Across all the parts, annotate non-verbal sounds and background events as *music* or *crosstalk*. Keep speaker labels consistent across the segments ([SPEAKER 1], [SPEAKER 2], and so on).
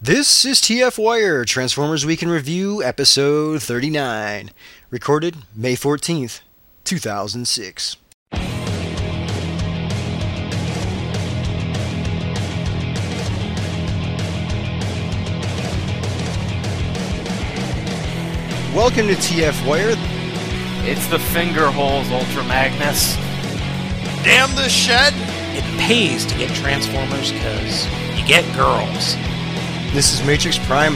[SPEAKER 1] This is TF Wire, Transformers Week in Review, episode 39, recorded May 14th, 2006. Welcome to TF Wire.
[SPEAKER 2] It's the finger holes, Ultra Magnus.
[SPEAKER 3] Damn this shed!
[SPEAKER 4] It pays to get Transformers because you get girls.
[SPEAKER 1] This is Matrix Prime.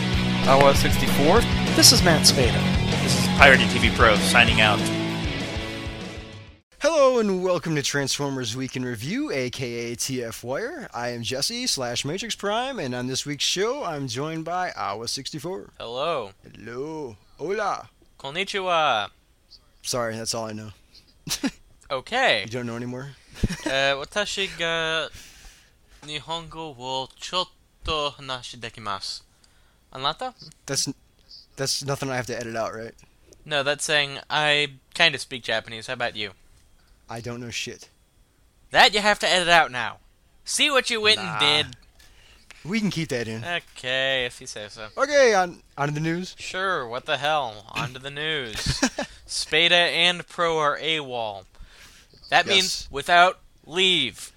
[SPEAKER 2] I was 64.
[SPEAKER 4] This is Matt Spada.
[SPEAKER 3] This is Pirated TV Pro signing out.
[SPEAKER 1] Hello and welcome to Transformers Week in Review, aka TF Wire. I am Jesse slash Matrix Prime, and on this week's show, I'm joined by Awa64.
[SPEAKER 5] Hello.
[SPEAKER 1] Hello. Hola.
[SPEAKER 5] Konnichiwa.
[SPEAKER 1] Sorry, that's all I know. *laughs*
[SPEAKER 5] Okay. Uh,
[SPEAKER 1] You don't know anymore?
[SPEAKER 5] えー私が日本語をちょっと話できます。あなた
[SPEAKER 1] That's that's nothing I have to edit out, right?
[SPEAKER 5] No, that's saying I kind of speak Japanese. How about you?
[SPEAKER 1] I don't know shit.
[SPEAKER 5] That you have to edit out now. See what you went and
[SPEAKER 1] We can keep that in.
[SPEAKER 5] did. Okay, if you say so.
[SPEAKER 1] Okay, on on to the news. *laughs*
[SPEAKER 5] Sure, what the hell? On to the news. Spada and Pro are AWOL. That means
[SPEAKER 1] Yes.
[SPEAKER 5] without leave.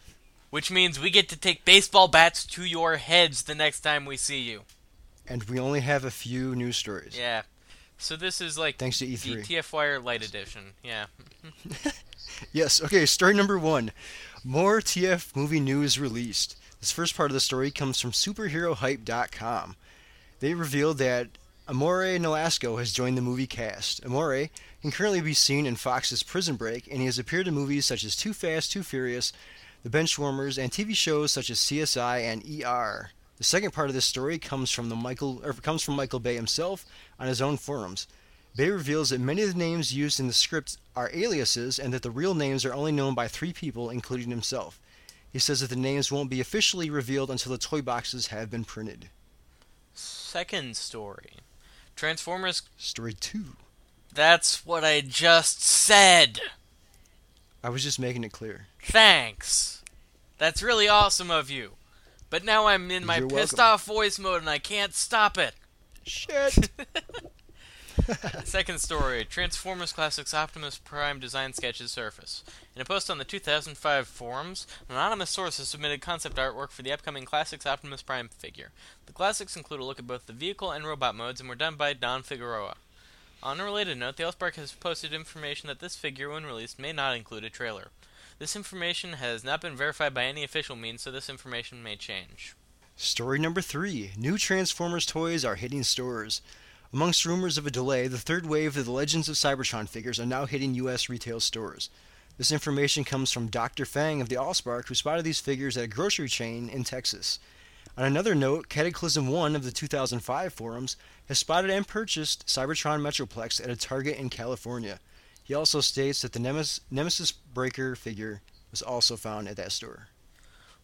[SPEAKER 5] Which means we get to take baseball bats to your heads the next time we see you.
[SPEAKER 1] And we only have a few news stories.
[SPEAKER 5] Yeah. E So this is like
[SPEAKER 1] Thanks to E
[SPEAKER 5] the
[SPEAKER 1] E3.
[SPEAKER 5] TF Wire Light Edition. Yeah.
[SPEAKER 1] Yes, okay, story number one. More TF movie news released. This first part of the story comes from superherohype.com. They revealed that Amore Nolasco has joined the movie cast. Amore can currently be seen in Fox's Prison Break, and he has appeared in movies such as Too Fast, Too Furious, The Benchwarmers, and TV shows such as CSI and ER. The second part of this story comes from the Michael or comes from Michael Bay himself on his own forums. Bay reveals that many of the names used in the script are aliases and that the real names are only known by three people, including himself. He says that the names won't be officially revealed until the toy boxes have been printed.
[SPEAKER 5] Second story. Transformers.
[SPEAKER 1] Story 2.
[SPEAKER 5] That's what I just said.
[SPEAKER 1] I was just making it clear.
[SPEAKER 5] Thanks. That's really awesome of you. But now I'm in my
[SPEAKER 1] You're
[SPEAKER 5] pissed
[SPEAKER 1] welcome.
[SPEAKER 5] off voice mode and I can't stop it.
[SPEAKER 1] Shit!
[SPEAKER 5] *laughs* Second story Transformers Classics Optimus Prime design sketches surface. In a post on the 2005 forums, an anonymous source has submitted concept artwork for the upcoming Classics Optimus Prime figure. The classics include a look at both the vehicle and robot modes and were done by Don Figueroa. On a related note, the Elfbark has posted information that this figure, when released, may not include a trailer. This information has not been verified by any official means, so this information may change.
[SPEAKER 1] Story number three New Transformers toys are hitting stores. Amongst rumors of a delay, the third wave of the Legends of Cybertron figures are now hitting U.S. retail stores. This information comes from Dr. Fang of the Allspark, who spotted these figures at a grocery chain in Texas. On another note, Cataclysm 1 of the 2005 forums has spotted and purchased Cybertron Metroplex at a Target in California. He also states that the Nemes- Nemesis Breaker figure was also found at that store.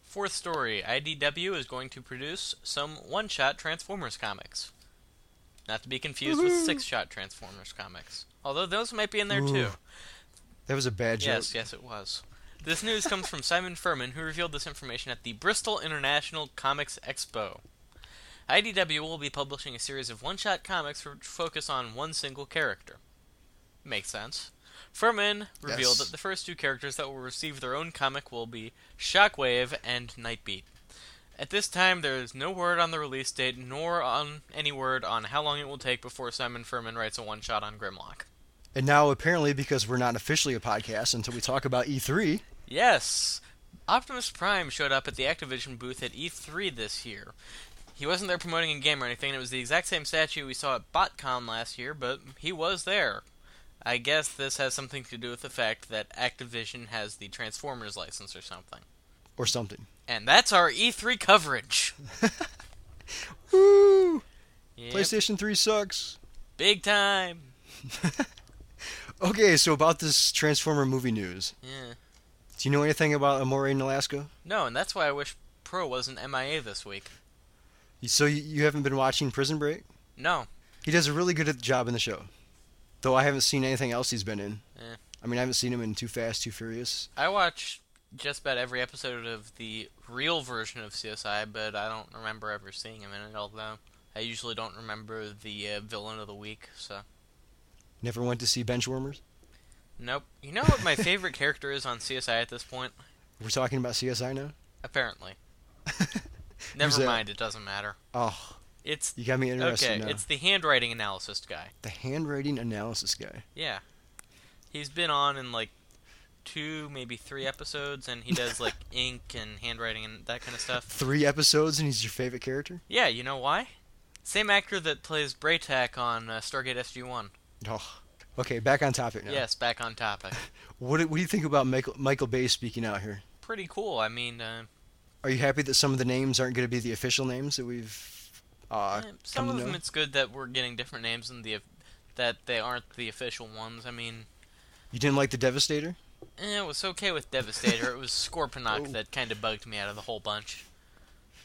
[SPEAKER 5] Fourth story IDW is going to produce some one shot Transformers comics. Not to be confused with six shot Transformers comics. Although those might be in there too.
[SPEAKER 1] Ooh, That was a bad joke.
[SPEAKER 5] Yes, yes, it was. This news comes from Simon Furman, who revealed this information at the Bristol International Comics Expo. IDW will be publishing a series of one shot comics which focus on one single character. Makes sense. Furman
[SPEAKER 1] Yes.
[SPEAKER 5] revealed that the first two characters that will receive their own comic will be Shockwave and Nightbeat. At this time, there is no word on the release date, nor on any word on how long it will take before Simon Furman writes a one shot on Grimlock.
[SPEAKER 1] And now, apparently, because we're not officially a podcast until we talk about E E3,
[SPEAKER 5] Yes. Optimus Prime showed up at the Activision booth at E3 this year. He wasn't there promoting a game or anything, and it was the exact same statue we saw at BotCon last year, but he was there. I guess this has something to do with the fact that Activision has the Transformers license or something.
[SPEAKER 1] or something.
[SPEAKER 5] And that's our E3 coverage.
[SPEAKER 1] Woo!
[SPEAKER 5] Yep,
[SPEAKER 1] PlayStation 3 sucks.
[SPEAKER 5] Big time.
[SPEAKER 1] Okay, so about this Transformer movie news.
[SPEAKER 5] Yeah.
[SPEAKER 1] Do you know anything about Amore in Alaska?
[SPEAKER 5] No, and that's why I wish Pro wasn't MIA this week.
[SPEAKER 1] So you- you haven't been watching Prison Break?
[SPEAKER 5] No.
[SPEAKER 1] He does a really good job in the show. Though I haven't seen anything else he's been in.
[SPEAKER 5] Eh.
[SPEAKER 1] I mean, I haven't seen him in Too Fast, Too Furious.
[SPEAKER 5] I watched just about every episode of the real version of CSI, but I don't remember ever seeing him in it, although I usually don't remember the uh, villain of the week, so.
[SPEAKER 1] Never went to see Benchwarmers?
[SPEAKER 5] Nope. You know what my favorite character is on CSI at this point?
[SPEAKER 1] We're talking about CSI now? *laughs*
[SPEAKER 5] Apparently. Never
[SPEAKER 1] that?
[SPEAKER 5] mind, it doesn't matter.
[SPEAKER 1] Oh,
[SPEAKER 5] It's
[SPEAKER 1] you got me interested
[SPEAKER 5] okay,
[SPEAKER 1] now.
[SPEAKER 5] it's the handwriting analysis guy.
[SPEAKER 1] the handwriting analysis guy.
[SPEAKER 5] Yeah. He's been on in like two, maybe three episodes, and he does like ink and handwriting and that kind of stuff.
[SPEAKER 1] Three episodes and he's your favorite character?
[SPEAKER 5] Yeah, you know why? Same actor that plays Braytac on uh, Stargate SG One.
[SPEAKER 1] Oh. Okay, back on topic now.
[SPEAKER 5] Yes, back
[SPEAKER 1] *laughs*
[SPEAKER 5] on topic.
[SPEAKER 1] What, do- what do you think about Michael, Michael Bay speaking out here?
[SPEAKER 5] Pretty cool. I mean, uh,
[SPEAKER 1] Are you happy that some of the names aren't going to be the official names that we've uh,
[SPEAKER 5] eh,
[SPEAKER 1] come
[SPEAKER 5] some
[SPEAKER 1] to
[SPEAKER 5] of
[SPEAKER 1] know?
[SPEAKER 5] them it's good that we're getting different names than the that they aren't the official ones. I mean,
[SPEAKER 1] You didn't like the Devastator?
[SPEAKER 5] eh, it was okay with Devastator.
[SPEAKER 1] *laughs*
[SPEAKER 5] it was Scorponok
[SPEAKER 1] Oh.
[SPEAKER 5] that kind of bugged me out of the whole bunch.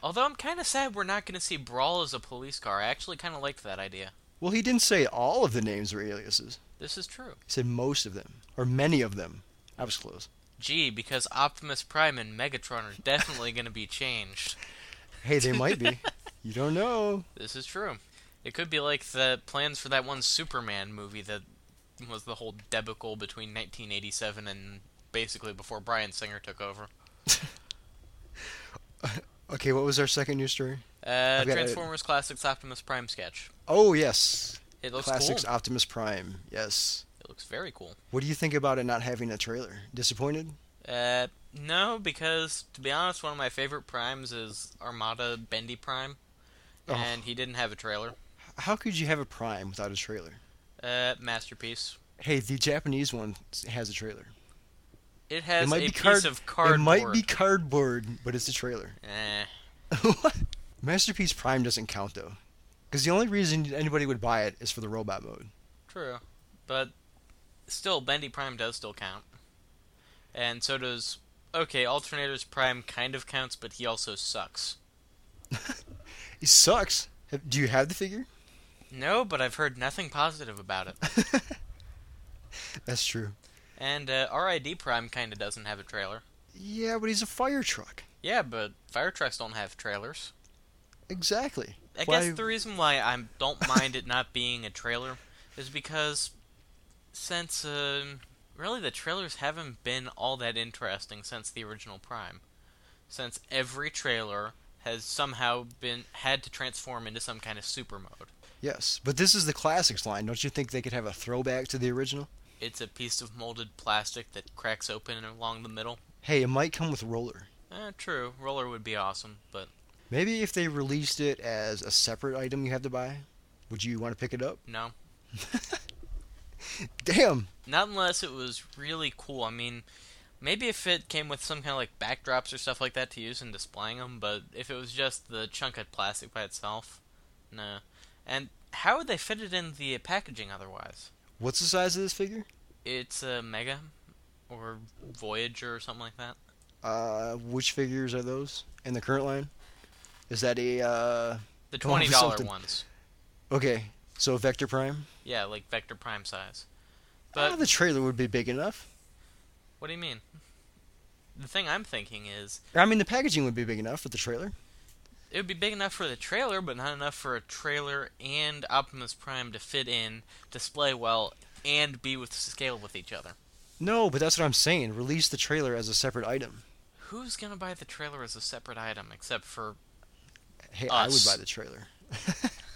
[SPEAKER 5] Although I'm kind of sad we're not going to see Brawl as a police car. I actually kind of liked that idea.
[SPEAKER 1] Well, he didn't say all of the names were aliases.
[SPEAKER 5] This is true.
[SPEAKER 1] He said most of them, or many of them. I was close.
[SPEAKER 5] Gee, because Optimus Prime and Megatron are definitely going to be changed.
[SPEAKER 1] Hey, they might be. You don't know.
[SPEAKER 5] This is true. It could be like the plans for that one Superman movie that was the whole debacle between 1987 and basically before Brian Singer took over.
[SPEAKER 1] Okay, what was our second news story?
[SPEAKER 5] Uh,
[SPEAKER 1] got a-
[SPEAKER 5] Transformers Classics Optimus Prime sketch.
[SPEAKER 1] Oh, yes.
[SPEAKER 5] It looks
[SPEAKER 1] Classics
[SPEAKER 5] cool.
[SPEAKER 1] Optimus Prime. Yes.
[SPEAKER 5] It looks very cool.
[SPEAKER 1] What do you think about it not having a trailer? Disappointed?
[SPEAKER 5] Uh, no, because to be honest, one of my favorite primes is Armada Bendy Prime,
[SPEAKER 1] Oh.
[SPEAKER 5] and he didn't have a trailer.
[SPEAKER 1] How could you have a Prime without a trailer?
[SPEAKER 5] Uh, masterpiece.
[SPEAKER 1] Hey, the Japanese one s- has a trailer.
[SPEAKER 5] It has a piece
[SPEAKER 1] card-
[SPEAKER 5] of cardboard.
[SPEAKER 1] It might be cardboard, but it's a
[SPEAKER 5] *laughs*
[SPEAKER 1] trailer.
[SPEAKER 5] Eh,
[SPEAKER 1] What? Masterpiece Prime doesn't count though, because the only reason anybody would buy it is for the robot mode.
[SPEAKER 5] true, but still, Bendy Prime does still count, and so does. Okay, Alternator's Prime kind of counts, but he also sucks.
[SPEAKER 1] It sucks. Have- Do you have the figure?
[SPEAKER 5] No, but I've heard nothing positive about it.
[SPEAKER 1] That's true.
[SPEAKER 5] and uh, RID Prime kind of doesn't have a trailer.
[SPEAKER 1] Yeah, but he's a fire truck.
[SPEAKER 5] Yeah, but fire trucks don't have trailers.
[SPEAKER 1] Exactly.
[SPEAKER 5] I
[SPEAKER 1] Why-
[SPEAKER 5] guess the reason why I don't mind it not being a trailer is because since um really the trailers haven't been all that interesting since the original Prime, since every trailer has somehow been had to transform into some kind of super mode.
[SPEAKER 1] Yes, but this is the classics line. Don't you think they could have a throwback to the original?
[SPEAKER 5] It's a piece of molded plastic that cracks open along the middle.
[SPEAKER 1] Hey, it might come with roller.
[SPEAKER 5] Eh, true, roller would be awesome, but
[SPEAKER 1] Maybe if they released it as a separate item you have to buy, would you want to pick it up?
[SPEAKER 5] no.
[SPEAKER 1] Damn.
[SPEAKER 5] Not unless it was really cool. I mean, maybe if it came with some kind of like backdrops or stuff like that to use in displaying them, but if it was just the chunk of plastic by itself, no. And how would they fit it in the packaging otherwise?
[SPEAKER 1] What's the size of this figure?
[SPEAKER 5] It's a Mega or Voyager or something like that.
[SPEAKER 1] Uh, which figures are those in the current line? Is that a uh?
[SPEAKER 5] The
[SPEAKER 1] Come on,
[SPEAKER 5] twenty
[SPEAKER 1] do
[SPEAKER 5] dollar
[SPEAKER 1] something.
[SPEAKER 5] ones.
[SPEAKER 1] Okay, so Vector Prime.
[SPEAKER 5] Yeah, like Vector Prime size.
[SPEAKER 1] Ah,
[SPEAKER 5] But
[SPEAKER 1] the trailer would be big enough.
[SPEAKER 5] what do you mean? The thing I'm thinking is
[SPEAKER 1] I mean, the packaging would be big enough for the trailer.
[SPEAKER 5] It would be big enough for the trailer, but not enough for a trailer and Optimus Prime to fit in, display well, and be with scale with each other.
[SPEAKER 1] No, but that's what I'm saying. Release the trailer as a separate item.
[SPEAKER 5] Who's gonna buy the trailer as a separate item, except for
[SPEAKER 1] Hey,
[SPEAKER 5] Us.
[SPEAKER 1] I would buy the trailer.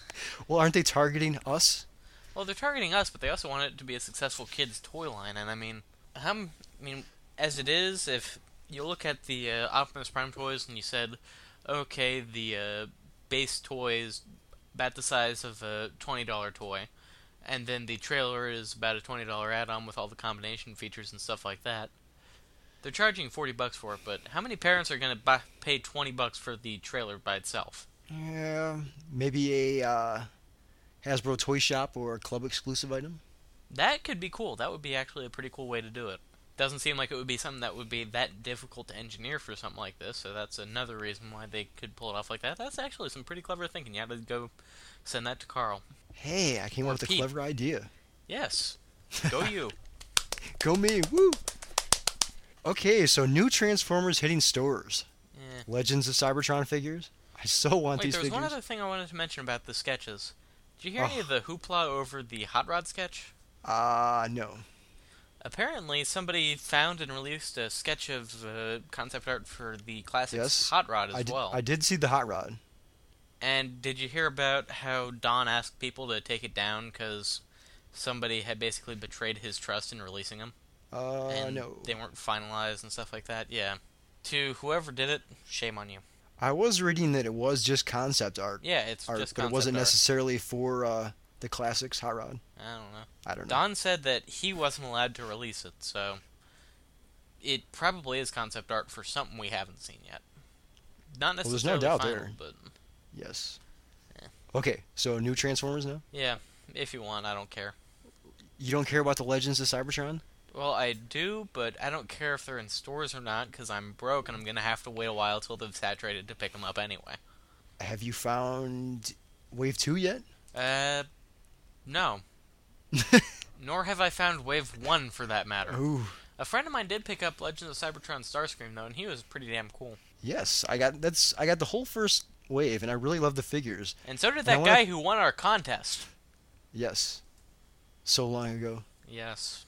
[SPEAKER 1] *laughs* well, aren't they targeting us?
[SPEAKER 5] well, they're targeting us, but they also want it to be a successful kids toy line, and I mean, how m- I mean, as it is, if you look at the uh, Optimus Prime toys and you said, okay, the uh, base toy is about the size of a twenty dollar toy, and then the trailer is about a twenty dollar add-on with all the combination features and stuff like that. They're charging forty bucks for it, but how many parents are going to buy, pay twenty bucks for the trailer by itself?
[SPEAKER 1] Yeah, maybe a uh, Hasbro toy shop or a club exclusive item.
[SPEAKER 5] That could be cool. That would be actually a pretty cool way to do it. Doesn't seem like it would be something that would be that difficult to engineer for something like this, so that's another reason why they could pull it off like that. That's actually some pretty clever thinking. You had to go send that to Carl.
[SPEAKER 1] Hey, I came
[SPEAKER 5] Or
[SPEAKER 1] up with a
[SPEAKER 5] Peep.
[SPEAKER 1] clever idea. *laughs*
[SPEAKER 5] Yes. Go you.
[SPEAKER 1] Go me, woo! Okay, so new Transformers hitting stores.
[SPEAKER 5] Yeah.
[SPEAKER 1] Legends of Cybertron figures. I so want
[SPEAKER 5] Eh. Wait,
[SPEAKER 1] these
[SPEAKER 5] there was
[SPEAKER 1] figures.
[SPEAKER 5] one other thing I wanted to mention about the sketches. Did you hear
[SPEAKER 1] Ugh.
[SPEAKER 5] any of the hoopla over the Hot Rod sketch?
[SPEAKER 1] Ah, no.
[SPEAKER 5] Apparently, somebody found and released a sketch of uh, concept art for the classics
[SPEAKER 1] Yes,
[SPEAKER 5] Hot Rod as
[SPEAKER 1] I d-
[SPEAKER 5] well.
[SPEAKER 1] I did see the hot rod.
[SPEAKER 5] And did you hear about how Don asked people to take it down because somebody had basically betrayed his trust in releasing them?
[SPEAKER 1] Uh,
[SPEAKER 5] and
[SPEAKER 1] no.
[SPEAKER 5] They weren't finalized and stuff like that. Yeah. To whoever did it, shame on you.
[SPEAKER 1] I was reading that it was just concept art,
[SPEAKER 5] Yeah, it's
[SPEAKER 1] art
[SPEAKER 5] just
[SPEAKER 1] but it
[SPEAKER 5] concept
[SPEAKER 1] wasn't
[SPEAKER 5] art.
[SPEAKER 1] necessarily for uh, the classics hot rod.
[SPEAKER 5] I don't know.
[SPEAKER 1] I don't know.
[SPEAKER 5] Don said that he wasn't allowed to release it, so it probably is concept art for something we haven't seen yet. Not
[SPEAKER 1] Well, there's no
[SPEAKER 5] necessarily
[SPEAKER 1] doubt
[SPEAKER 5] final,
[SPEAKER 1] there.
[SPEAKER 5] but
[SPEAKER 1] Yes.
[SPEAKER 5] Eh.
[SPEAKER 1] Okay, so new Transformers now.
[SPEAKER 5] yeah, if you want, I don't care.
[SPEAKER 1] You don't care about the Legends of Cybertron?
[SPEAKER 5] Well, I do, but I don't care if they're in stores or not because I'm broke and I'm gonna have to wait a while till they've saturated to pick them up anyway.
[SPEAKER 1] Have you found Wave Two yet?
[SPEAKER 5] Uh, no. Nor have I found Wave One for that matter.
[SPEAKER 1] *laughs* Ooh,
[SPEAKER 5] A friend of mine did pick up Legends of Cybertron Starscream though, and he was pretty damn cool.
[SPEAKER 1] yes. I got that's I got the whole first wave, and I really love the figures.
[SPEAKER 5] And so did
[SPEAKER 1] I
[SPEAKER 5] that
[SPEAKER 1] wanna-
[SPEAKER 5] guy who won our contest.
[SPEAKER 1] Yes, so long ago.
[SPEAKER 5] Yes.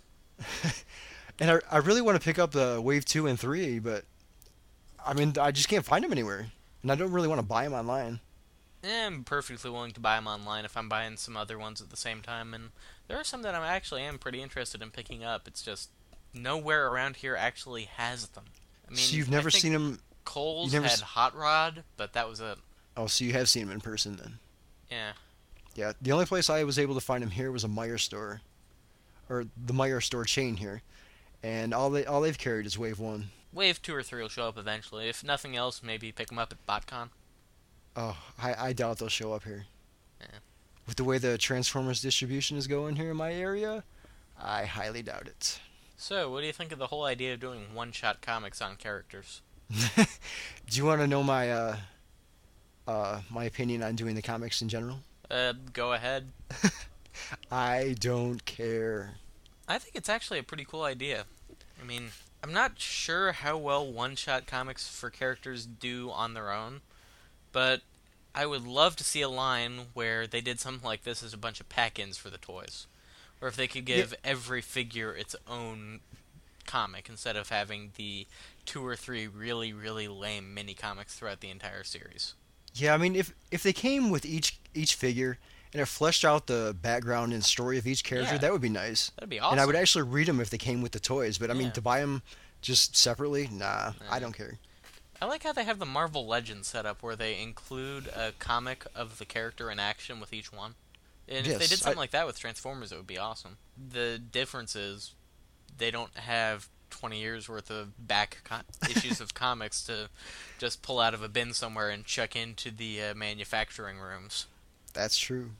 [SPEAKER 1] And I, I really want to pick up the Wave Two and Three, but I mean I just can't find them anywhere, and I don't really want to buy them online.
[SPEAKER 5] I'm perfectly willing to buy them online if I'm buying some other ones at the same time, and there are some that I actually am pretty interested in picking up. It's just nowhere around here actually has them. I mean,
[SPEAKER 1] so you've never
[SPEAKER 5] I think
[SPEAKER 1] seen them?
[SPEAKER 5] Cole's
[SPEAKER 1] you've never
[SPEAKER 5] had
[SPEAKER 1] s-
[SPEAKER 5] Hot Rod, but that was it.
[SPEAKER 1] Oh, so you have seen them in person then?
[SPEAKER 5] Yeah.
[SPEAKER 1] Yeah, the only place I was able to find him here was a Meyer store, or the Meyer store chain here, and all they all they've carried is Wave One.
[SPEAKER 5] Wave two or three will show up eventually. If nothing else, maybe pick them up at BotCon.
[SPEAKER 1] Oh, I, I doubt they'll show up here.
[SPEAKER 5] Yeah.
[SPEAKER 1] With the way the Transformers distribution is going here in my area, I highly doubt it.
[SPEAKER 5] So, what do you think of the whole idea of doing one-shot comics on characters?
[SPEAKER 1] *laughs* Do you want to know my uh, uh, my opinion on doing the comics in general?
[SPEAKER 5] Uh, go ahead.
[SPEAKER 1] I don't care.
[SPEAKER 5] I think it's actually a pretty cool idea. I mean, I'm not sure how well one shot comics for characters do on their own, but I would love to see a line where they did something like this as a bunch of pack ins for the toys. Or if they could give every figure its own comic instead of having the two or three really, really lame mini comics throughout the entire series.
[SPEAKER 1] Yeah, I mean, if if they came with each each figure and it fleshed out the background and story of each character,
[SPEAKER 5] Yeah.
[SPEAKER 1] that would be nice.
[SPEAKER 5] That'd be awesome.
[SPEAKER 1] And I would actually read them if they came with the toys, but I mean,
[SPEAKER 5] Yeah.
[SPEAKER 1] to buy them just separately, nah,
[SPEAKER 5] Yeah.
[SPEAKER 1] I don't care.
[SPEAKER 5] I like how they have the Marvel Legends set up where they include a comic of the character in action with each one. And if they
[SPEAKER 1] Yes,
[SPEAKER 5] did something
[SPEAKER 1] I-
[SPEAKER 5] like that with Transformers, it would be awesome. The difference is they don't have 20 years worth of back co-
[SPEAKER 1] *laughs*
[SPEAKER 5] issues of comics to just pull out of a bin somewhere and chuck into the uh, manufacturing rooms.
[SPEAKER 1] That's true.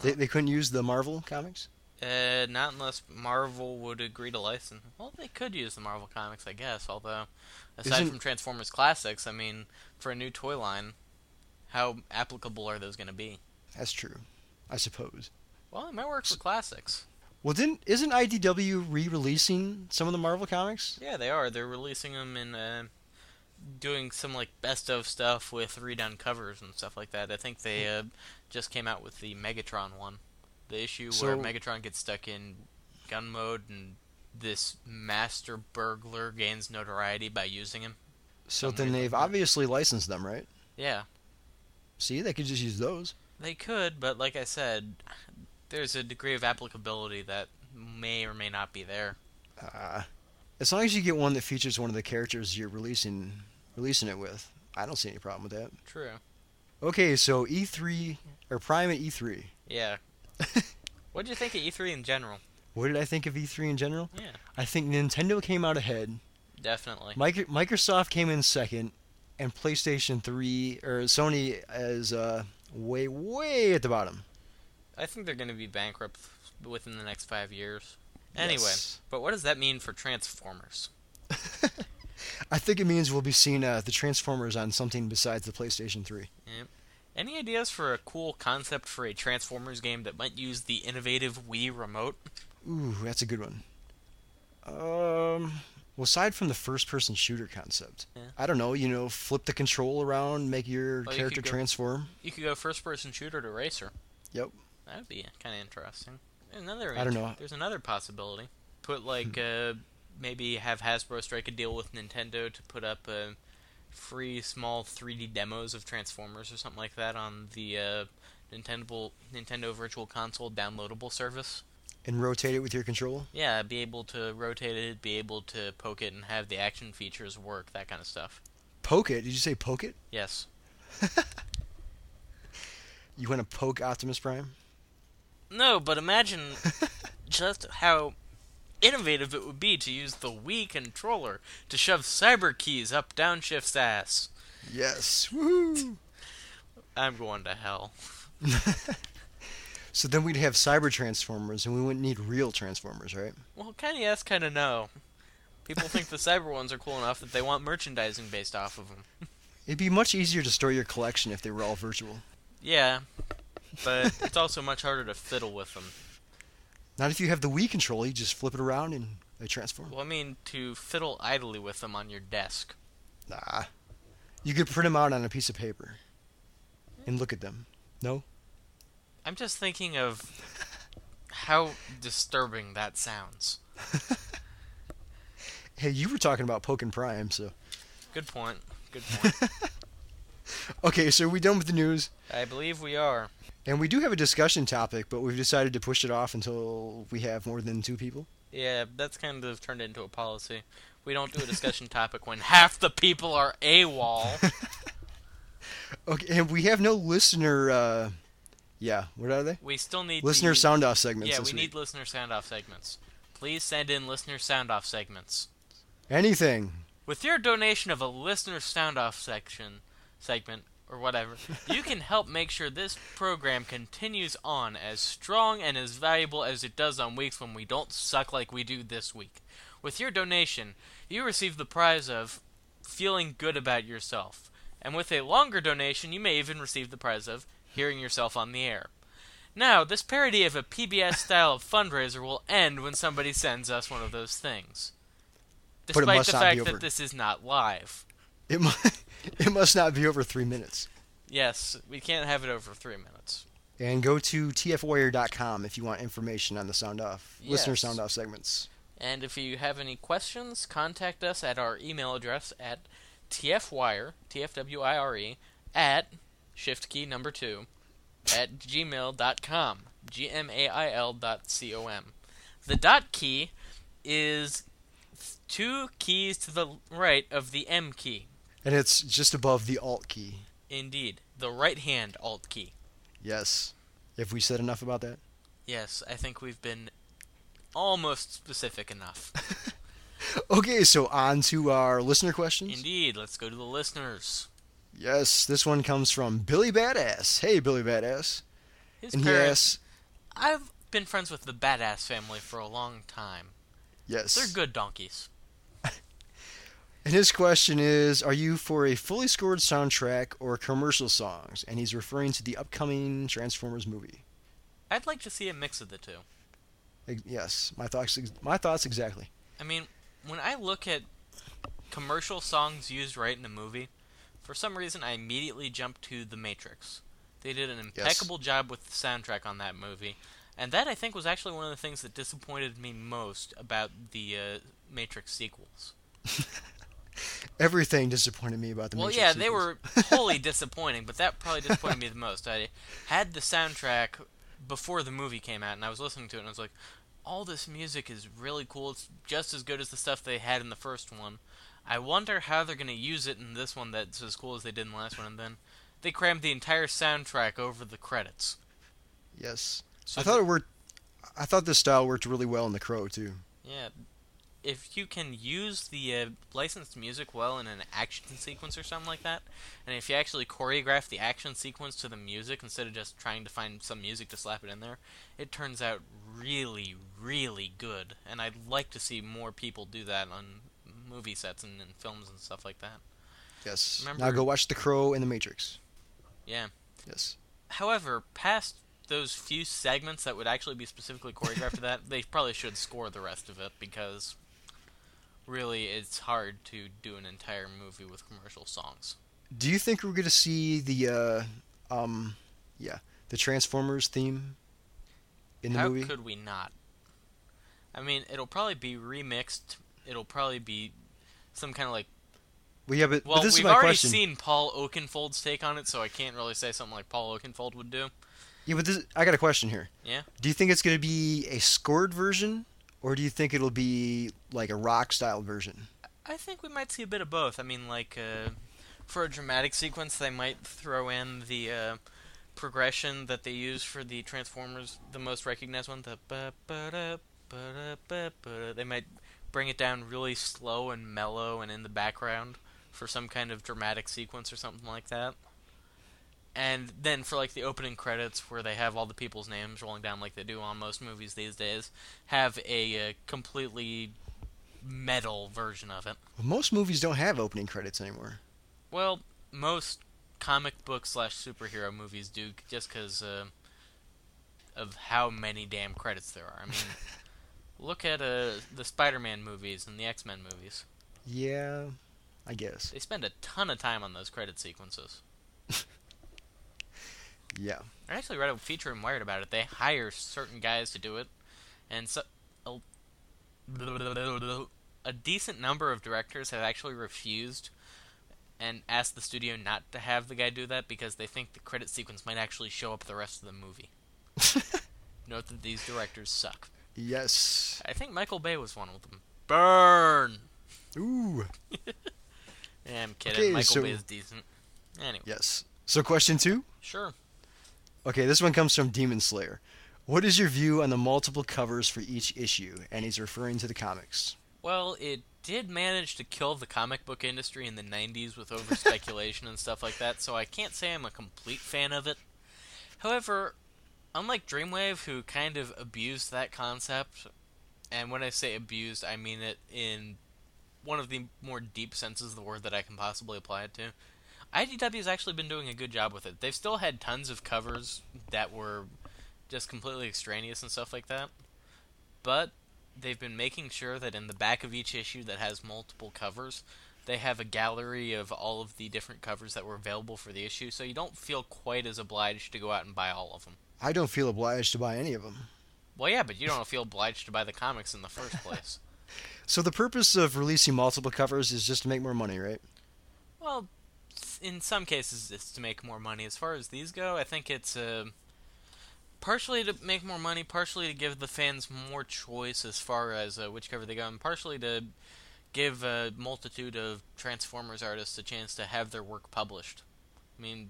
[SPEAKER 1] They, they couldn't use the Marvel comics?
[SPEAKER 5] Uh, not unless Marvel would agree to license. Well, they could use the Marvel comics, I guess. Although, aside
[SPEAKER 1] Isn't-
[SPEAKER 5] from Transformers Classics, I mean, for a new toy line, how applicable are those going to be?
[SPEAKER 1] That's true, I suppose.
[SPEAKER 5] Well, it might work for classics.
[SPEAKER 1] Well, didn't isn't IDW re-releasing some of the Marvel comics?
[SPEAKER 5] Yeah, they are. They're releasing them and uh, doing some like best of stuff with redone covers and stuff like that. I think they uh, just came out with the Megatron one, the issue where
[SPEAKER 1] So-
[SPEAKER 5] Megatron gets stuck in gun mode and this master burglar gains notoriety by using him.
[SPEAKER 1] So
[SPEAKER 5] Some
[SPEAKER 1] then
[SPEAKER 5] reason.
[SPEAKER 1] they've obviously licensed them, right?
[SPEAKER 5] Yeah,
[SPEAKER 1] See, they could just use those.
[SPEAKER 5] they could, but like I said, there's a degree of applicability that may or may not be there.
[SPEAKER 1] Uh, as long as you get one that features one of the characters you're releasing releasing it with, I don't see any problem with that.
[SPEAKER 5] True.
[SPEAKER 1] Okay, so E3 or Prime at E E3.
[SPEAKER 5] Yeah. what do you think of E3 in general?
[SPEAKER 1] *laughs* What did I think of E3 in general?
[SPEAKER 5] Yeah,
[SPEAKER 1] I think Nintendo came out ahead.
[SPEAKER 5] definitely.
[SPEAKER 1] Micro- Microsoft came in second, and PlayStation 3 or Sony is uh, way way at the bottom.
[SPEAKER 5] I think they're going to be bankrupt within the next five years. Anyway,
[SPEAKER 1] Yes.
[SPEAKER 5] but what does that mean for Transformers?
[SPEAKER 1] I think it means we'll be seeing uh, the Transformers on something besides the PlayStation 3.
[SPEAKER 5] Any ideas for a cool concept for a Transformers game that might use the innovative Wii remote?
[SPEAKER 1] Ooh, that's a good one. Um, Well, aside from the first-person shooter concept, I don't know. You know, flip the control around, make your
[SPEAKER 5] Well, Oh, you
[SPEAKER 1] character
[SPEAKER 5] could go-
[SPEAKER 1] transform.
[SPEAKER 5] You could go first person shooter to racer.
[SPEAKER 1] Yep.
[SPEAKER 5] That would be kind of interesting. Another
[SPEAKER 1] I don't know. Hmm.
[SPEAKER 5] There's another possibility. Put like uh, maybe have Hasbro strike a deal with Nintendo to put up uh, free small 3D demos of Transformers or something like that on the uh, Nintendo Nintendo Virtual Console downloadable service.
[SPEAKER 1] And rotate it with your control.
[SPEAKER 5] Yeah, be able to rotate it, be able to poke it, and have the action features work. That kind of stuff.
[SPEAKER 1] Poke it. Did you say poke it?
[SPEAKER 5] Yes.
[SPEAKER 1] You want to poke Optimus Prime?
[SPEAKER 5] No, but imagine just how innovative it would be to use the Wii controller to shove cyber keys up downshift's ass.
[SPEAKER 1] Yes. Woohoo!
[SPEAKER 5] I'm going to hell.
[SPEAKER 1] So then we'd have cyber transformers, and we wouldn't need real transformers, right?
[SPEAKER 5] Well, kind of yes, kind of no. People think the cyber ones are cool enough that they want merchandising based off of them.
[SPEAKER 1] It'd be much easier to store your collection if they were all virtual.
[SPEAKER 5] Yeah, but it's also much harder to fiddle with them.
[SPEAKER 1] Not if you have the Wii control. You just flip it around and they transform.
[SPEAKER 5] Well, I mean, to fiddle idly with them on your desk.
[SPEAKER 1] Nah. You could print them out on a piece of paper and look at them. No?
[SPEAKER 5] I'm just thinking of how disturbing that sounds.
[SPEAKER 1] Hey, you were talking about Poke and Prime, so.
[SPEAKER 5] Good point. Good point.
[SPEAKER 1] Okay, so we done with the news.
[SPEAKER 5] I believe we are.
[SPEAKER 1] And we do have a discussion topic, but we've decided to push it off until we have more than two people.
[SPEAKER 5] Yeah, that's kind of turned into a policy. We don't do a discussion topic when half the people are AWOL.
[SPEAKER 1] Okay, and we have no listener. Uh, yeah, what are they?
[SPEAKER 5] We still need
[SPEAKER 1] Listener
[SPEAKER 5] the,
[SPEAKER 1] sound off segments.
[SPEAKER 5] Yeah,
[SPEAKER 1] this
[SPEAKER 5] we
[SPEAKER 1] week.
[SPEAKER 5] need listener sound off segments. Please send in listener sound off segments.
[SPEAKER 1] anything.
[SPEAKER 5] With your donation of a listener sound off section segment or whatever, you can help make sure this program continues on as strong and as valuable as it does on weeks when we don't suck like we do this week. With your donation, you receive the prize of feeling good about yourself. And with a longer donation, you may even receive the prize of hearing yourself on the air. Now, this parody of a PBS style *laughs* of fundraiser will end when somebody sends us one of those things.
[SPEAKER 1] But it
[SPEAKER 5] Despite
[SPEAKER 1] must
[SPEAKER 5] the
[SPEAKER 1] not be
[SPEAKER 5] fact
[SPEAKER 1] over.
[SPEAKER 5] that this is not live.
[SPEAKER 1] It mu- *laughs* it must not be over three minutes.
[SPEAKER 5] Yes, we can't have it over three minutes.
[SPEAKER 1] And go to tfwarrior.com if you want information on the sound off listener
[SPEAKER 5] Yes.
[SPEAKER 1] sound off segments.
[SPEAKER 5] And if you have any questions, contact us at our email address at tfwire, tfwire, E, at shift key number two, at gmail.com, g-m-a-i-l dot c-o-m. The dot key is two keys to the right of the M key.
[SPEAKER 1] And it's just above the alt key.
[SPEAKER 5] Indeed, the right hand alt key.
[SPEAKER 1] Yes. Have we said enough about that?
[SPEAKER 5] Yes, I think we've been almost specific enough.
[SPEAKER 1] Okay, so on to our listener questions.
[SPEAKER 5] Indeed, let's go to the listeners.
[SPEAKER 1] Yes, this one comes from Billy Badass. Hey, Billy Badass.
[SPEAKER 5] His
[SPEAKER 1] And he
[SPEAKER 5] parents.
[SPEAKER 1] asks,
[SPEAKER 5] I've been friends with the badass family for a long time.
[SPEAKER 1] yes.
[SPEAKER 5] They're good donkeys.
[SPEAKER 1] And his question is Are you for a fully scored soundtrack or commercial songs? And he's referring to the upcoming Transformers movie.
[SPEAKER 5] I'd like to see a mix of the two.
[SPEAKER 1] Ex- Yes, my thoughts, my thoughts exactly.
[SPEAKER 5] I mean, when I look at commercial songs used right in a movie, for some reason I immediately jump to The Matrix. They did an impeccable job with the soundtrack on that movie, and that I think was actually one of the things that disappointed me most about the uh, Matrix sequels.
[SPEAKER 1] Everything disappointed me about the
[SPEAKER 5] Well,
[SPEAKER 1] Matrix
[SPEAKER 5] yeah, they
[SPEAKER 1] sequels.
[SPEAKER 5] were wholly disappointing, but that probably disappointed me the most. I had the soundtrack before the movie came out, and I was listening to it, and I was like, all this music is really cool. It's just as good as the stuff they had in the first one. I wonder how they're going to use it in this one that's as cool as they did in the last one, and then they crammed the entire soundtrack over the credits.
[SPEAKER 1] Yes.
[SPEAKER 5] So
[SPEAKER 1] I thought it worked. I thought this style worked really well in The Crow too.
[SPEAKER 5] Yeah. If you can use the uh, licensed music well in an action *laughs* sequence or something like that, and if you actually choreograph the action sequence to the music instead of just trying to find some music to slap it in there, it turns out really, really good. And I'd like to see more people do that on movie sets and in films and stuff like that.
[SPEAKER 1] Yes. Now
[SPEAKER 5] Remember-
[SPEAKER 1] go watch The Crow and The Matrix.
[SPEAKER 5] Yeah.
[SPEAKER 1] Yes.
[SPEAKER 5] However, past those few
[SPEAKER 1] *laughs*
[SPEAKER 5] segments that would actually be specifically choreographed to that, they probably should score the rest of it because really it's hard to do an entire movie with commercial songs.
[SPEAKER 1] Do you think we're going to see the, uh, um, yeah, the Transformers theme in the
[SPEAKER 5] How
[SPEAKER 1] movie?
[SPEAKER 5] could we not? I mean, it'll probably be remixed. It'll probably be some kind of like.
[SPEAKER 1] well, yeah, but, but
[SPEAKER 5] Well,
[SPEAKER 1] this is
[SPEAKER 5] we've
[SPEAKER 1] my
[SPEAKER 5] already
[SPEAKER 1] question.
[SPEAKER 5] seen Paul Oakenfold's take on it, so I can't really say something like Paul Oakenfold would do.
[SPEAKER 1] Yeah, but this, I got a question here.
[SPEAKER 5] Yeah.
[SPEAKER 1] Do you think it's going to be a scored version, or do you think it'll be like a rock style version?
[SPEAKER 5] I think we might see a bit of both. I mean, like uh, for a dramatic sequence, they might throw in the uh, progression that they use for the Transformers, the most recognized one. The ba ba da ba da ba ba da. They might bring it down really slow and mellow and in the background for some kind of dramatic sequence or something like that. And then for like the opening credits, where they have all the people's names rolling down like they do on most movies these days, have a uh, completely metal version of it.
[SPEAKER 1] Most movies don't have opening credits anymore.
[SPEAKER 5] Well, most comic book slash superhero movies do, just because uh, of how many damn credits there are. I mean, look at uh, the Spider-Man movies and the X-Men movies.
[SPEAKER 1] Yeah, I guess.
[SPEAKER 5] They spend a ton of time on those credit sequences.
[SPEAKER 1] Yeah.
[SPEAKER 5] I actually read a feature in Wired about it. They hire certain guys to do it, and so a, a decent number of directors have actually refused and asked the studio not to have the guy do that because they think the credit sequence might actually show up the rest of the
[SPEAKER 1] *laughs*
[SPEAKER 5] movie. Note that these directors suck.
[SPEAKER 1] Yes.
[SPEAKER 5] I think Michael Bay was one of them. Burn.
[SPEAKER 1] Ooh.
[SPEAKER 5] Yeah, I'm kidding.
[SPEAKER 1] Okay,
[SPEAKER 5] Michael
[SPEAKER 1] so-
[SPEAKER 5] Bay is decent. Anyway,
[SPEAKER 1] Yes. So, question two.
[SPEAKER 5] sure.
[SPEAKER 1] Okay, this one comes from Demon Slayer. What is your view on the multiple covers for each issue? And he's referring to the comics.
[SPEAKER 5] Well, it did manage to kill the comic book industry in the 90s with over speculation and stuff like that, so I can't say I'm a complete fan of it. However, unlike Dreamwave, who kind of abused that concept, and when I say abused, I mean it in one of the more deep senses of the word that I can possibly apply it to. IDW's actually been doing a good job with it. They've still had tons of covers that were just completely extraneous and stuff like that. But they've been making sure that in the back of each issue that has multiple covers, they have a gallery of all of the different covers that were available for the issue, so you don't feel quite as obliged to go out and buy all of them.
[SPEAKER 1] I don't feel obliged to buy any of them.
[SPEAKER 5] Well, yeah, but you don't feel obliged to buy the comics in the first place.
[SPEAKER 1] So, the purpose of releasing multiple covers is just to make more money, right?
[SPEAKER 5] Well, s- in some cases, it's to make more money. As far as these go, I think it's uh, partially to make more money, partially to give the fans more choice as far as uh, which cover they go, and partially to give a multitude of Transformers artists a chance to have their work published. I mean,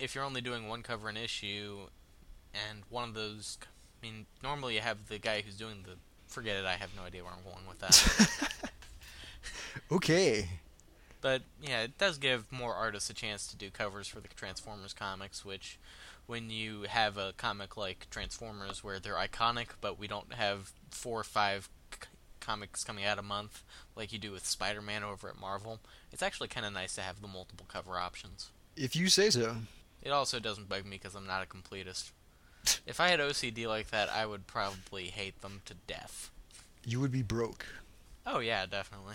[SPEAKER 5] if you're only doing one cover an issue, and one of those, I mean, normally you have the guy who's doing the. Forget it. I have no idea where I'm going with that.
[SPEAKER 1] Okay.
[SPEAKER 5] But yeah, it does give more artists a chance to do covers for the Transformers comics, which when you have a comic like Transformers where they're iconic, but we don't have four or five c- comics coming out a month like you do with Spider-Man over at Marvel, it's actually kind of nice to have the multiple cover options.
[SPEAKER 1] If you say so.
[SPEAKER 5] It also doesn't bug me because I'm not a completist. If I had OCD like that, I would probably hate them to death.
[SPEAKER 1] You would be broke.
[SPEAKER 5] Oh yeah, definitely.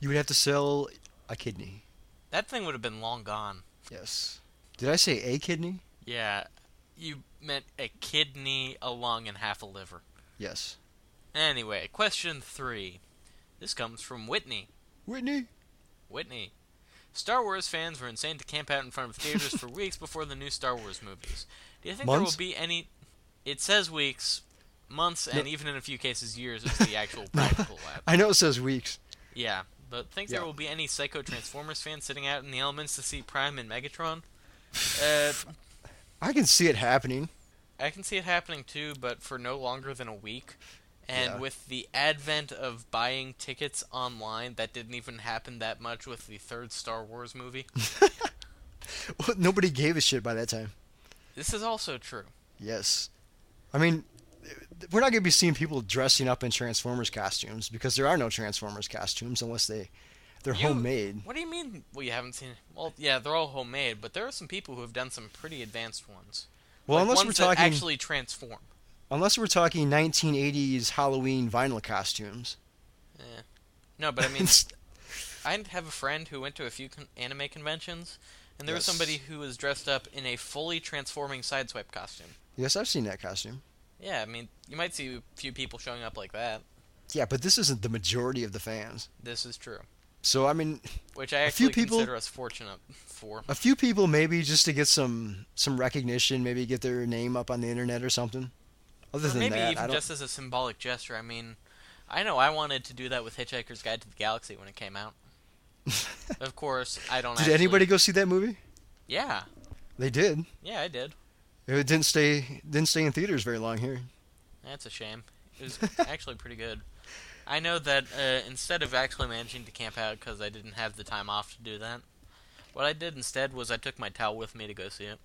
[SPEAKER 1] You would have to sell a kidney.
[SPEAKER 5] That thing would have been long gone.
[SPEAKER 1] Yes. Did I say a kidney?
[SPEAKER 5] Yeah, you meant a kidney, a lung, and half a liver.
[SPEAKER 1] Yes.
[SPEAKER 5] Anyway, question three. This comes from Whitney.
[SPEAKER 1] Whitney?
[SPEAKER 5] Whitney. Star Wars fans were insane to camp out in front of
[SPEAKER 1] *laughs*
[SPEAKER 5] theaters for weeks before the new Star Wars movies. Do you think
[SPEAKER 1] Months?
[SPEAKER 5] there will be any. It says weeks, months, and even in a few cases, years is
[SPEAKER 1] *laughs*
[SPEAKER 5] the actual practical lab.
[SPEAKER 1] I know it says weeks.
[SPEAKER 5] Yeah, but think
[SPEAKER 1] Yeah.
[SPEAKER 5] there will be any Psycho Transformers fans sitting out in the elements to see Prime
[SPEAKER 1] *laughs*
[SPEAKER 5] and Megatron? Uh,
[SPEAKER 1] I can see it happening. *laughs*
[SPEAKER 5] I can see it happening too, but for no longer than a week. And
[SPEAKER 1] Yeah.
[SPEAKER 5] with the advent of buying tickets online, that didn't even happen that much with the third Star Wars
[SPEAKER 1] *laughs*
[SPEAKER 5] movie.
[SPEAKER 1] Nobody gave a shit by that time.
[SPEAKER 5] this is also true.
[SPEAKER 1] Yes. I mean, we're not going to be seeing people dressing up in Transformers costumes because there are no Transformers costumes unless they they're
[SPEAKER 5] You-
[SPEAKER 1] homemade.
[SPEAKER 5] What do you mean? Well, you haven't seen. Well, yeah, they're all homemade, but there are some people who have done some pretty advanced ones.
[SPEAKER 1] Well,
[SPEAKER 5] Like,
[SPEAKER 1] unless
[SPEAKER 5] ones
[SPEAKER 1] we're
[SPEAKER 5] that
[SPEAKER 1] talking
[SPEAKER 5] actually transform.
[SPEAKER 1] unless we're talking 1980s Halloween vinyl costumes.
[SPEAKER 5] No, but
[SPEAKER 1] *laughs*
[SPEAKER 5] I mean,
[SPEAKER 1] It's-
[SPEAKER 5] I have a friend who went to a few con- anime conventions, and there
[SPEAKER 1] Yes.
[SPEAKER 5] was somebody who was dressed up in a fully transforming sideswipe costume.
[SPEAKER 1] yes, I've seen that costume.
[SPEAKER 5] Yeah, I mean, you might see a few people showing up like that.
[SPEAKER 1] Yeah, but this isn't the majority of the fans.
[SPEAKER 5] This is true,
[SPEAKER 1] So I mean,
[SPEAKER 5] which I
[SPEAKER 1] A few
[SPEAKER 5] actually
[SPEAKER 1] people-
[SPEAKER 5] consider us fortunate *laughs* for.
[SPEAKER 1] a few people maybe just to get some some recognition, maybe get their name up on the internet or something. Other
[SPEAKER 5] Or
[SPEAKER 1] than
[SPEAKER 5] maybe
[SPEAKER 1] that, I
[SPEAKER 5] even
[SPEAKER 1] don't.
[SPEAKER 5] just as a symbolic gesture. I mean, I know I wanted to do that with Hitchhiker's Guide to the Galaxy when it came out. of course, I don't.
[SPEAKER 1] *laughs* Did
[SPEAKER 5] actually-
[SPEAKER 1] anybody go see that movie?
[SPEAKER 5] Yeah,
[SPEAKER 1] They did.
[SPEAKER 5] yeah, I did.
[SPEAKER 1] It didn't stay didn't stay in theaters very long here.
[SPEAKER 5] That's a shame. It was
[SPEAKER 1] *laughs*
[SPEAKER 5] actually pretty good. I know that uh, instead of actually managing to camp out because I didn't have the time off to do that, what I did instead was I took my towel with me to go see it.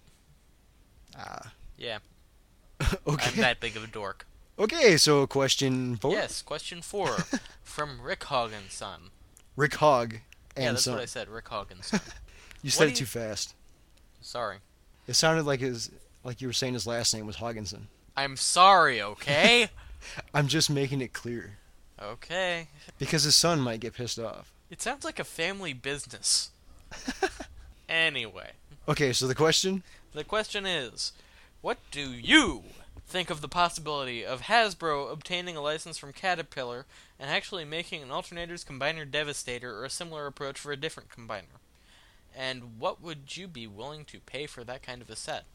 [SPEAKER 1] Ah.
[SPEAKER 5] Yeah, I'm
[SPEAKER 1] *laughs* Okay.
[SPEAKER 5] that big of a dork.
[SPEAKER 1] Okay, so question four.
[SPEAKER 5] Yes,
[SPEAKER 1] *laughs*
[SPEAKER 5] question four from Rick Hoggins' son.
[SPEAKER 1] Rick Hogg and
[SPEAKER 5] Yeah, that's
[SPEAKER 1] some.
[SPEAKER 5] what I said, Rick Hoggins' son.
[SPEAKER 1] you
[SPEAKER 5] What
[SPEAKER 1] said
[SPEAKER 5] do
[SPEAKER 1] it
[SPEAKER 5] you-
[SPEAKER 1] too fast.
[SPEAKER 5] Sorry.
[SPEAKER 1] It sounded like his like you were saying his last name was Hogginson.
[SPEAKER 5] I'm sorry,
[SPEAKER 1] *laughs*
[SPEAKER 5] okay?
[SPEAKER 1] I'm just making it clear
[SPEAKER 5] okay.
[SPEAKER 1] because his son might get pissed off.
[SPEAKER 5] It sounds like a family business.
[SPEAKER 1] *laughs*
[SPEAKER 5] anyway.
[SPEAKER 1] Okay, so the question
[SPEAKER 5] The question is, what do you think of the possibility of Hasbro obtaining a license from Caterpillar and actually making an alternator's combiner devastator or a similar approach for a different combiner? And what would you be willing to pay for that kind of a set?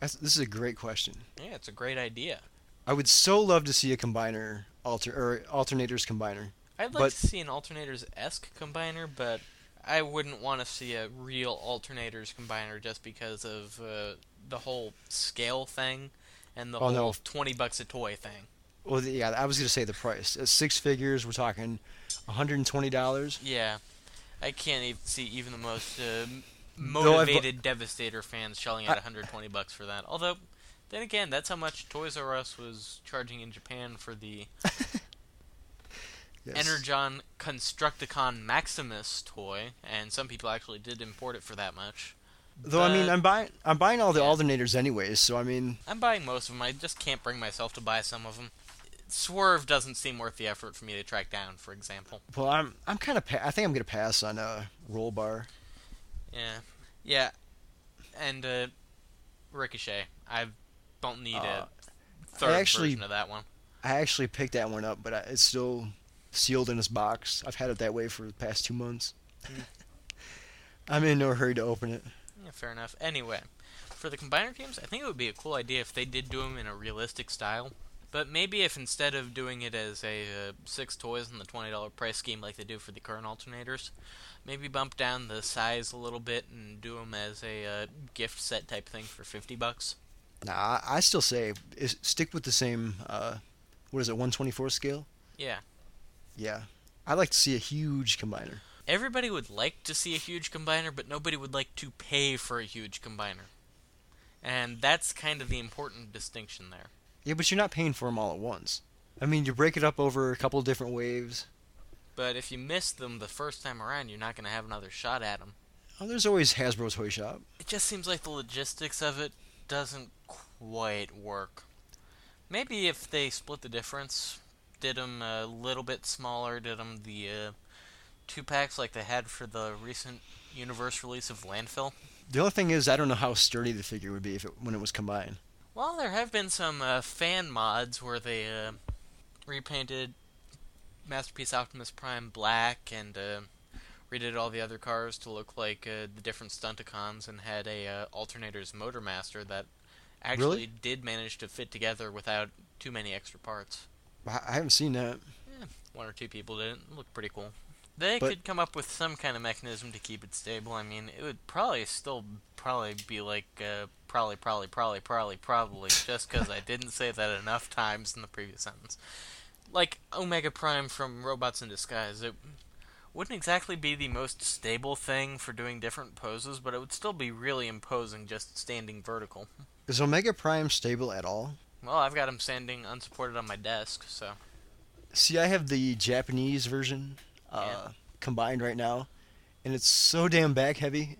[SPEAKER 1] that's, this is a great question.
[SPEAKER 5] Yeah, it's a great idea.
[SPEAKER 1] I would so love to see a combiner alter or alternators combiner.
[SPEAKER 5] I'd like
[SPEAKER 1] But-
[SPEAKER 5] to see an alternators esque combiner, but I wouldn't want to see a real alternators combiner just because of uh, the whole scale thing and the
[SPEAKER 1] Oh,
[SPEAKER 5] whole
[SPEAKER 1] no.
[SPEAKER 5] twenty bucks a toy thing.
[SPEAKER 1] Well, the- yeah, I was gonna say the price. At six figures, we're talking $120.
[SPEAKER 5] Yeah, I can't even see even the most uh,
[SPEAKER 1] Though I've-
[SPEAKER 5] motivated Devastator fans shelling out 120 bucks for that. Although, then again, that's how much Toys R Us was charging in Japan for the
[SPEAKER 1] Yes.
[SPEAKER 5] Energon Constructicon Maximus toy, and some people actually did import it for that much.
[SPEAKER 1] Though I mean,
[SPEAKER 5] but-
[SPEAKER 1] I'm buying I'm buying all the
[SPEAKER 5] Yeah.
[SPEAKER 1] alternators anyways, so I mean,
[SPEAKER 5] I'm buying most of them. I just can't bring myself to buy some of them. Swerve doesn't seem worth the effort for me to track down, for example.
[SPEAKER 1] well, I'm I'm kind of pa- I think I'm gonna pass on a roll bar.
[SPEAKER 5] Yeah, yeah, and uh, Ricochet. I don't need
[SPEAKER 1] Uh,
[SPEAKER 5] a third
[SPEAKER 1] actually-
[SPEAKER 5] version of that one.
[SPEAKER 1] I actually picked that one up, but I, it's still sealed in its box. I've had it that way for the past two months.
[SPEAKER 5] Hmm.
[SPEAKER 1] I'm in no hurry to open it.
[SPEAKER 5] Yeah, fair enough. Anyway, for the combiner games, I think it would be a cool idea if they did do them in a realistic style. But maybe if instead of doing it as a uh, six toys in the twenty dollar price scheme like they do for the current alternators, maybe bump down the size a little bit and do them as a uh, gift set type thing for fifty bucks.
[SPEAKER 1] Nah, I, I still say is, stick with the same. Uh, what is it? 124 scale.
[SPEAKER 5] Yeah,
[SPEAKER 1] Yeah, I like to see a huge combiner.
[SPEAKER 5] Everybody would like to see a huge combiner, but nobody would like to pay for a huge combiner. And that's kind of the important distinction there.
[SPEAKER 1] Yeah, but you're not paying for them all at once. I mean, you break it up over a couple different waves.
[SPEAKER 5] But if you miss them the first time around, you're not going to have another shot at them.
[SPEAKER 1] Oh, there's always Hasbro Toy Shop.
[SPEAKER 5] It just seems like the logistics of it doesn't quite work. Maybe if they split the difference, did them a little bit smaller, did them the uh, two packs like they had for the recent universe release of Landfill.
[SPEAKER 1] The only thing is, I don't know how sturdy the figure would be if it, when it was combined.
[SPEAKER 5] Well, there have been some uh, fan mods where they uh, repainted Masterpiece Optimus Prime black and uh, redid all the other cars to look like uh, the different Stunticons and had a uh, Alternator's Motor Master that actually
[SPEAKER 1] Really?
[SPEAKER 5] did manage to fit together without too many extra parts.
[SPEAKER 1] I I haven't seen that.
[SPEAKER 5] One or two people did it. It looked pretty cool. They
[SPEAKER 1] But-
[SPEAKER 5] could come up with some kind of mechanism to keep it stable. I mean, it would probably still probably be like uh, probably, probably, probably, probably, probably, just because I didn't say that enough times in the previous sentence. Like Omega Prime from Robots in Disguise, it wouldn't exactly be the most stable thing for doing different poses, but it would still be really imposing just standing vertical.
[SPEAKER 1] Is Omega Prime stable at all?
[SPEAKER 5] Well, I've got him standing unsupported on my desk, so
[SPEAKER 1] See, I have the Japanese version uh, combined right now, and it's so damn back heavy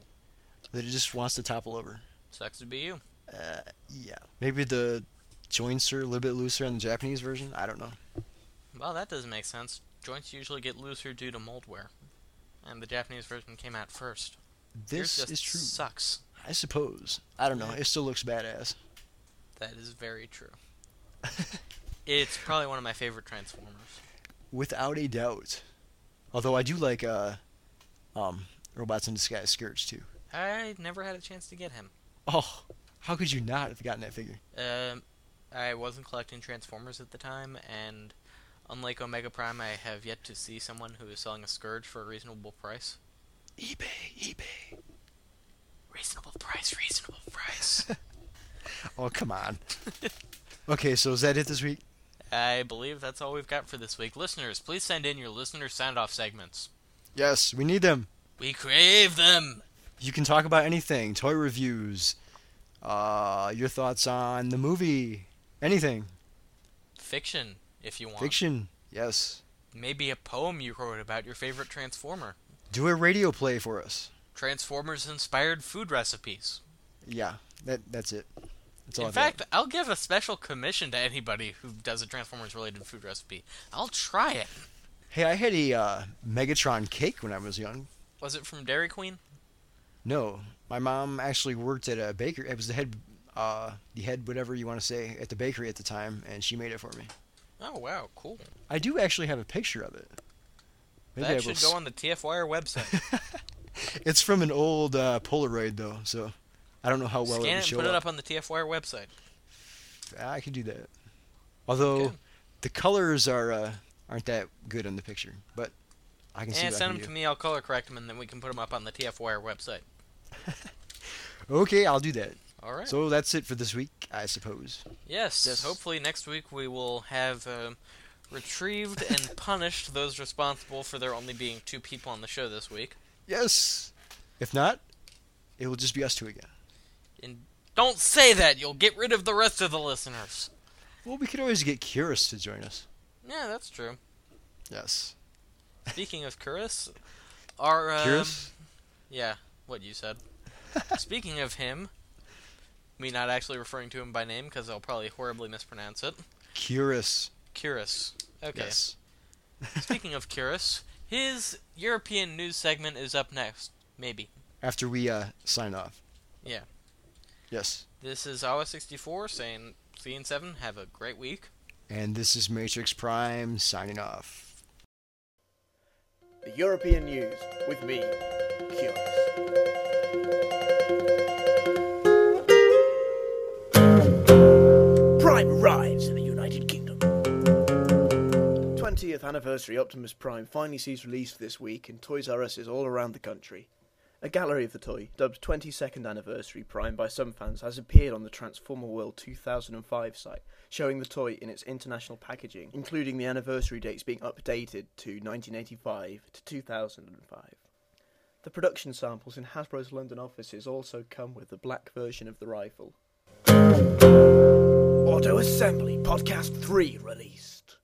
[SPEAKER 1] that it just wants to topple over. Uh,
[SPEAKER 5] sucks to be you.
[SPEAKER 1] Yeah. Maybe the joints are a little bit looser on the Japanese version. I don't know.
[SPEAKER 5] Well, that doesn't make sense. joints usually get looser due to mold wear. And the Japanese version came out first.
[SPEAKER 1] This
[SPEAKER 5] Yours just
[SPEAKER 1] is true.
[SPEAKER 5] Sucks.
[SPEAKER 1] I suppose. I don't know. It still looks badass.
[SPEAKER 5] That is very *laughs* true. it's probably one of my favorite Transformers.
[SPEAKER 1] Without a doubt. Although I do like uh, um, Robots in Disguise Scourge too.
[SPEAKER 5] I never had a chance to get him.
[SPEAKER 1] Oh, how could you not have gotten that figure?
[SPEAKER 5] Um, I wasn't collecting Transformers at the time, and unlike Omega Prime, I have yet to see someone who is selling a Scourge for a reasonable price.
[SPEAKER 1] eBay, eBay.
[SPEAKER 5] Reasonable price, reasonable price.
[SPEAKER 1] Oh, come on. okay, so is that it this week?
[SPEAKER 5] *laughs* I believe that's all we've got for this week. Listeners, please send in your listener sound off segments.
[SPEAKER 1] Yes, we need them.
[SPEAKER 5] We crave them!
[SPEAKER 1] You can talk about anything toy reviews, uh, your thoughts on the movie, anything,
[SPEAKER 5] Fiction, if you want.
[SPEAKER 1] fiction. Yes.
[SPEAKER 5] Maybe a poem you wrote about your favorite Transformer.
[SPEAKER 1] Do a radio play for us.
[SPEAKER 5] Transformers inspired food recipes.
[SPEAKER 1] Yeah, that that's it. That's all
[SPEAKER 5] In
[SPEAKER 1] I've got.
[SPEAKER 5] fact, I'll give a special commission to anybody who does a Transformers related food recipe. I'll try it.
[SPEAKER 1] hey, I had a uh, Megatron cake when I was young.
[SPEAKER 5] Was it from Dairy Queen?
[SPEAKER 1] No, my mom actually worked at a bakery. It was the head, uh, the head, whatever you want to say, at the bakery at the time, and she made it for me.
[SPEAKER 5] Oh wow, cool.
[SPEAKER 1] I do actually have a picture of it. Maybe I
[SPEAKER 5] that
[SPEAKER 1] will
[SPEAKER 5] should
[SPEAKER 1] s-
[SPEAKER 5] go on the TFWire website.
[SPEAKER 1] *laughs* It's from an old uh, Polaroid though, so I don't know how *laughs* well it
[SPEAKER 5] Scan
[SPEAKER 1] would
[SPEAKER 5] it
[SPEAKER 1] show Ah,
[SPEAKER 5] and put it up on the TFWire website.
[SPEAKER 1] I could do that. Although
[SPEAKER 5] Okay.
[SPEAKER 1] the colors are uh, aren't that good in the picture, but I can see
[SPEAKER 5] And
[SPEAKER 1] what
[SPEAKER 5] send
[SPEAKER 1] I
[SPEAKER 5] them
[SPEAKER 1] can
[SPEAKER 5] to me. I'll color correct them, and then we can put them up on the TFWire website.
[SPEAKER 1] do. Okay, I'll do that.
[SPEAKER 5] All right.
[SPEAKER 1] So that's it for this week, I suppose.
[SPEAKER 5] yes.
[SPEAKER 1] Yes.
[SPEAKER 5] Hopefully next week we will have um, retrieved and punished those responsible for there only being two people on the show this week.
[SPEAKER 1] Yes. If not, it will just be us two again.
[SPEAKER 5] And don't say that. You'll get rid of the rest of the listeners.
[SPEAKER 1] Well, we could always get Curious to join us.
[SPEAKER 5] Yeah, that's true.
[SPEAKER 1] Yes.
[SPEAKER 5] Speaking of Curus, our um,
[SPEAKER 1] Curious?
[SPEAKER 5] Yeah, what you said. Speaking of him, me not actually referring to him by name because I'll probably horribly mispronounce it.
[SPEAKER 1] Curious.
[SPEAKER 5] Curus. Okay.
[SPEAKER 1] Yes.
[SPEAKER 5] Speaking of Curus, his European news segment is up next. Maybe.
[SPEAKER 1] After we uh, sign off.
[SPEAKER 5] Yeah.
[SPEAKER 1] Yes.
[SPEAKER 5] This is Awa64 saying, see you in 7. Have a great week.
[SPEAKER 1] And this is Matrix Prime signing off.
[SPEAKER 6] The European News with me, Curious. Prime arrives in the United Kingdom. 20th anniversary Optimus Prime finally sees release this week in Toys R Us's all around the country. A gallery of the toy, dubbed 22nd Anniversary Prime by some fans, has appeared on the Transformer World 2005 site, showing the toy in its international packaging, including the anniversary dates being updated to 1985 to 2005. The production samples in Hasbro's London offices also come with the black version of the rifle. Auto Assembly Podcast 3 released.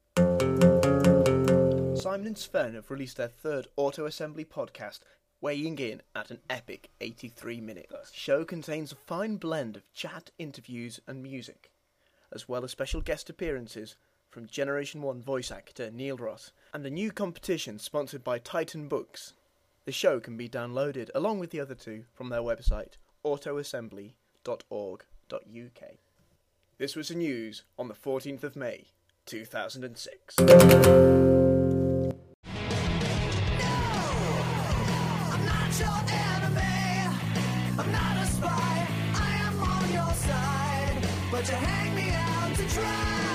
[SPEAKER 6] Simon and Sven have released their third Auto Assembly podcast, weighing in at an epic 83 minutes. The show contains a fine blend of chat, interviews, and music, as well as special guest appearances from Generation 1 voice actor Neil Ross and a new competition sponsored by Titan Books. The show can be downloaded, along with the other two, from their website, autoassembly.org.uk. This was the news on the 14th of May, 2006.
[SPEAKER 7] I'm not your enemy. I'm not a spy. I am on your side. But you hang me out to dry.